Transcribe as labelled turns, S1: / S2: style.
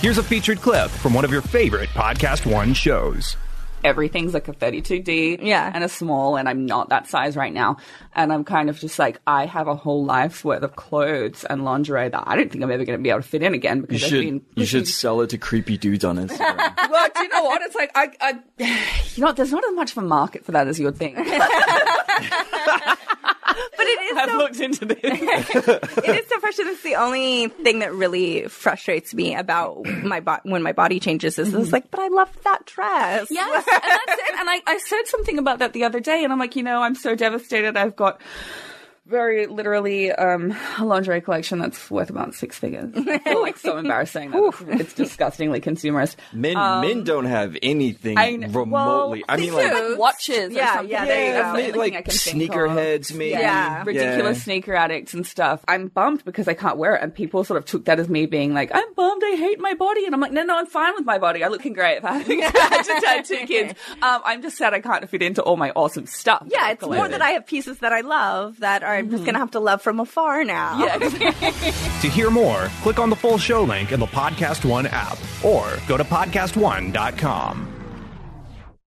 S1: Here's a featured clip from one of your favorite Podcast One shows.
S2: everything's like a 32D
S3: Yeah.
S2: and a small, and I'm not that size right now. And I'm kind of just like, I have a whole life's worth of clothes and lingerie that I don't think I'm ever going to be able to fit in again
S4: You
S2: because I've been
S4: should you
S2: pushing-
S4: should sell it to creepy dudes on Instagram.
S2: well, do you know what? It's like I, I, you know, there's not as much of a market for that as you would think. but it is. I've looked into this.
S3: it is so frustrating. That's the only thing that really frustrates me about my bo- when my body changes is it's like, but I love that dress.
S2: Yes, and that's it. And I, I said something about that the other day, and I'm like, you know, I'm so devastated. I've got very literally um, a lingerie collection that's worth about six figures. I feel like so embarrassing. That it's, it's disgustingly consumerist.
S4: Men men don't have anything
S2: Um, I kn- well,
S4: remotely. I mean, like
S3: do.
S2: Watches, or
S3: Yeah,
S2: something.
S3: yeah, there you
S2: That's
S3: go.
S2: the
S4: Maybe,
S2: only thing
S4: like,
S2: I can think of.
S4: sneakerheads, maybe.
S3: Yeah.
S2: ridiculous
S4: Yeah.
S2: sneaker addicts and stuff. I'm bummed because I can't wear it, and people sort of took that as me being like, "I'm bummed, I hate my body," and I'm like, "No, no, I'm fine with my body. I'm looking great. I just had two kids. Um, I'm just sad I can't fit into all my awesome stuff." that
S3: Yeah,
S2: I've
S3: it's more
S2: collected.
S3: that I have pieces that I love that are, I'm just gonna have to love from afar now.
S2: Yeah,
S1: To hear more, click on the full show link in the Podcast One app or go to podcastone.com.